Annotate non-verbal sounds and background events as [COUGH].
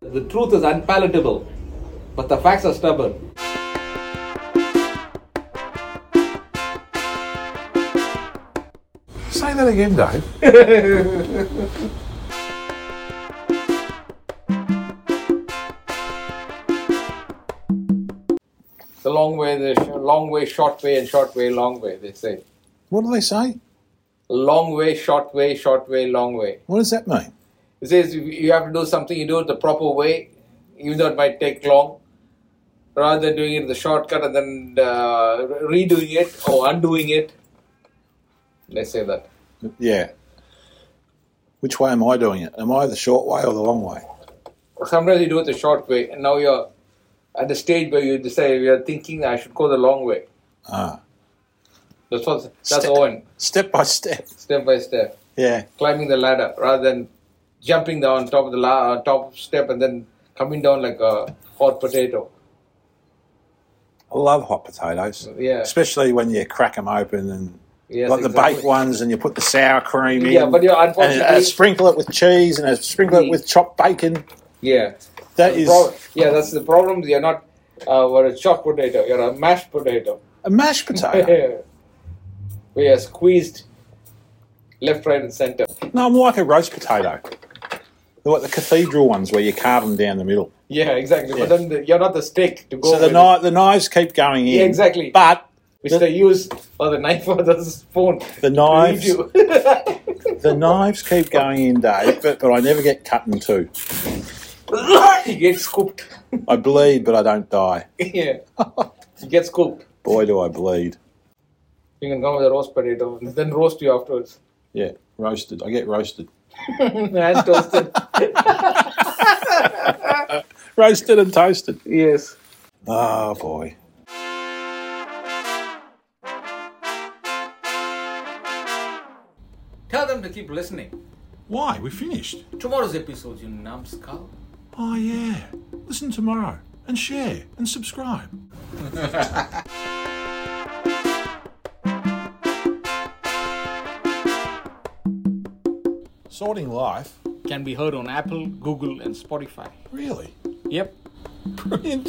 The truth is unpalatable, but the facts are stubborn. Say that again, Dave. The long way, the sh- long way, short way, and short way, long way. They say What do they say? long way, short way, short way, long way. What does that mean? It says if you have to do something, you do it the proper way, even though it might take long, rather than doing it the shortcut and then uh, redoing it or undoing it. Let's say that. Yeah. Which way am I doing it? Am I the short way or the long way? Sometimes you do it the short way, and now you're at the stage where you decide you're thinking I should go the long way. Ah. That's what. That's Step- Owen. Step by step. Step by step. Yeah. climbing the ladder rather than jumping down on top of the la- on top step and then coming down like a hot potato. I love hot potatoes. Yeah. Especially when you crack them open and Yes, like exactly. the baked ones and you put the sour cream in. Yeah, but you're and unfortunately, uh, sprinkle it with cheese and uh, sprinkle Mm. it with chopped bacon. yeah, That The is prob- yeah, that's the problem. You're not uh, what a chopped potato. You're a mashed potato. [LAUGHS] a mashed potato. we are squeezed left, right, and center. no, I'm like a roast potato. They're like the cathedral ones where you carve them down the middle. Yeah, exactly. Yeah. But then the, you're not the steak to go. So the, with kni- the knives keep going in. Yeah, exactly. But Which they use, or the knife, or the spoon. The to eat knives. you. [LAUGHS] the knives keep going in, Dave, but, but I never get cut in two. you get scooped. [LAUGHS] I bleed, but I don't die. yeah, you get scooped. Boy, do I bleed. You can come with a roast potato and then roast you afterwards. [LAUGHS] Yeah, roasted. I get roasted. and toasted. Roasted and toasted. yes. Oh, boy. Tell them to keep listening. Why? We finished. Tomorrow's episode, you numbskull. Oh, yeah. Listen tomorrow and share and subscribe. [LAUGHS] Sorting life? Can be heard on Apple, Google, and Spotify. Really? Yep. Brilliant.